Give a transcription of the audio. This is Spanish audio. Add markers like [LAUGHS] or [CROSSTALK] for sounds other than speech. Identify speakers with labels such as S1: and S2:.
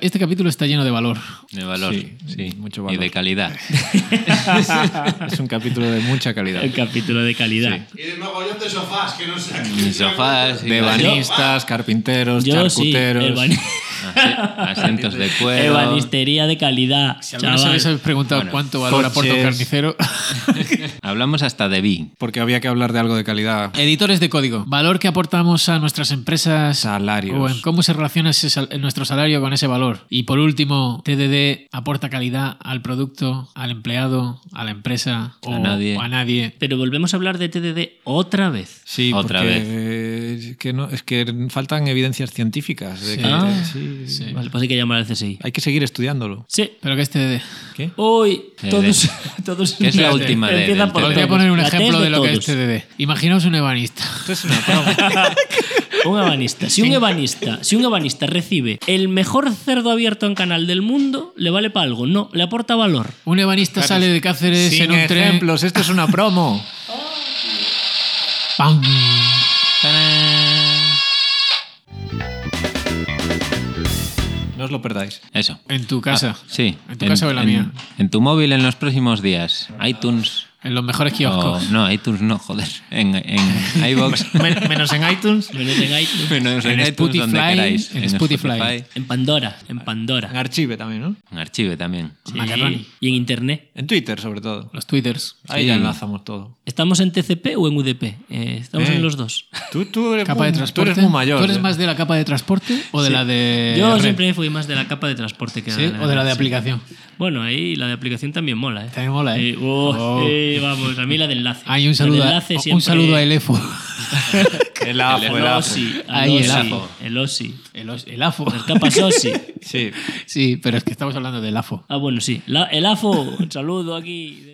S1: este capítulo está lleno de valor.
S2: De valor,
S1: Sí,
S2: sí.
S1: mucho
S2: Y
S1: valor. [LAUGHS]
S2: de calidad.
S1: es un capítulo de mucha [LAUGHS] calidad.
S3: El capítulo de calidad.
S4: Y de mogollón de sofás, que no sé.
S2: Y sofás, y
S1: De banistas, carpinteros,
S3: Yo sí,
S1: charcuteros.
S3: ebani-
S2: asi-
S1: [LAUGHS]
S2: asientos de cuero.
S3: ebanistería de calidad.
S1: Si alguna vez
S3: chaval.
S1: habéis preguntado
S2: Bueno,
S1: cuánto valor aporta un
S2: coches.
S1: carnicero,
S2: Hablamos hasta de vin.
S1: porque había que hablar de algo de calidad. [LAUGHS] Editores de código. Valor que aportamos a nuestras empresas. Salarios. O en cómo se relaciona ese sal- nuestro salario con ese valor. Y por último, TDD aporta calidad al producto, al empleado, a la empresa
S2: A
S1: o
S2: nadie.
S1: o a nadie.
S3: Pero volvemos a hablar de TDD otra vez.
S1: Sí,
S2: Otra
S1: porque,
S2: vez.
S1: eh, es que no, es que faltan evidencias científicas. de Sí. que-
S3: Ah,
S1: Eh, sí, sí.
S3: Vale, pues hay que llamar al CSI.
S1: Hay que seguir estudiándolo.
S3: Sí.
S1: ¿Pero qué es TDD? ¿Qué?
S3: Hoy
S1: [LAUGHS]
S2: TDD.
S3: todos, todos
S2: ¿Qué es
S3: [LAUGHS]
S2: la
S3: Espérate,
S2: última D
S3: empiezan
S2: del
S3: por
S2: TDD?
S1: Os voy a
S3: todos.
S1: poner un
S3: La T
S1: ejemplo
S3: es
S1: de lo que es
S3: todos.
S1: TDD. Imaginaos un ebanista.
S3: Un ebanista. Si un ebanista, si un ebanista recibe el mejor cerdo abierto en canal del mundo, ¿le vale para algo? No, le aporta valor.
S1: Un ebanista sale de Cáceres
S2: Sin
S1: en un tren.
S2: ejemplos,
S1: esto es una [LAUGHS] promo. ¡Pam!
S2: No os lo perdáis. Eso.
S1: En tu casa.
S2: Ah, sí.
S1: En tu casa o en la mía.
S2: En tu móvil en los próximos días. iTunes.
S1: En los mejores
S2: o-
S1: kioscos.
S2: no, iTunes no, joder.
S1: [LAUGHS]
S2: En, en iBox.
S1: Menos en iTunes.
S3: Me lo
S2: [LAUGHS]
S3: tengáis
S2: Menos en,
S1: En
S2: iTunes
S1: Spotify,
S2: donde queráis.
S1: en Spotify.
S3: En Pandora, en
S1: En
S3: Pandora.
S1: Archive también, ¿no?
S2: En Archive también.
S3: Sí.
S1: Macarroni.
S3: Y en Internet.
S1: En Twitter, sobre todo. Los Twitters. Ahí
S2: Sí.
S1: ya enlazamos todo.
S3: ¿Estamos en TCP o en UDP? Eh, estamos
S1: Eh.
S3: en los dos.
S1: Tú, eres,
S5: Capa de transporte.
S1: eres muy mayor.
S5: ¿Tú eres
S1: ¿eh?
S5: más de la capa de transporte o de la de.?
S3: Yo
S5: red?
S3: siempre fui más de la capa de transporte que
S5: Eh, ¿Sí? ¿O de la de aplicación?
S3: Bueno, ahí la de aplicación también mola, ¿eh?
S5: También mola, ¿eh?
S3: Eh, oh,
S5: Oh.
S3: eh, vamos, a mí la de enlace.
S5: Hay un
S3: La de
S5: saludo, a,
S3: enlace
S5: un
S3: siempre-
S5: saludo a Elefo.
S1: El AFO, el
S3: El
S1: AFO.
S3: OSI. al
S5: Ahí, el
S3: OSI,
S5: AFO.
S3: El OSI.
S5: [LAUGHS] El, os- el AFO.
S3: Las capas OSI.
S1: Sí.
S5: Sí, pero es que estamos hablando del AFO.
S3: Ah, bueno, sí. La- el AFO, un saludo aquí.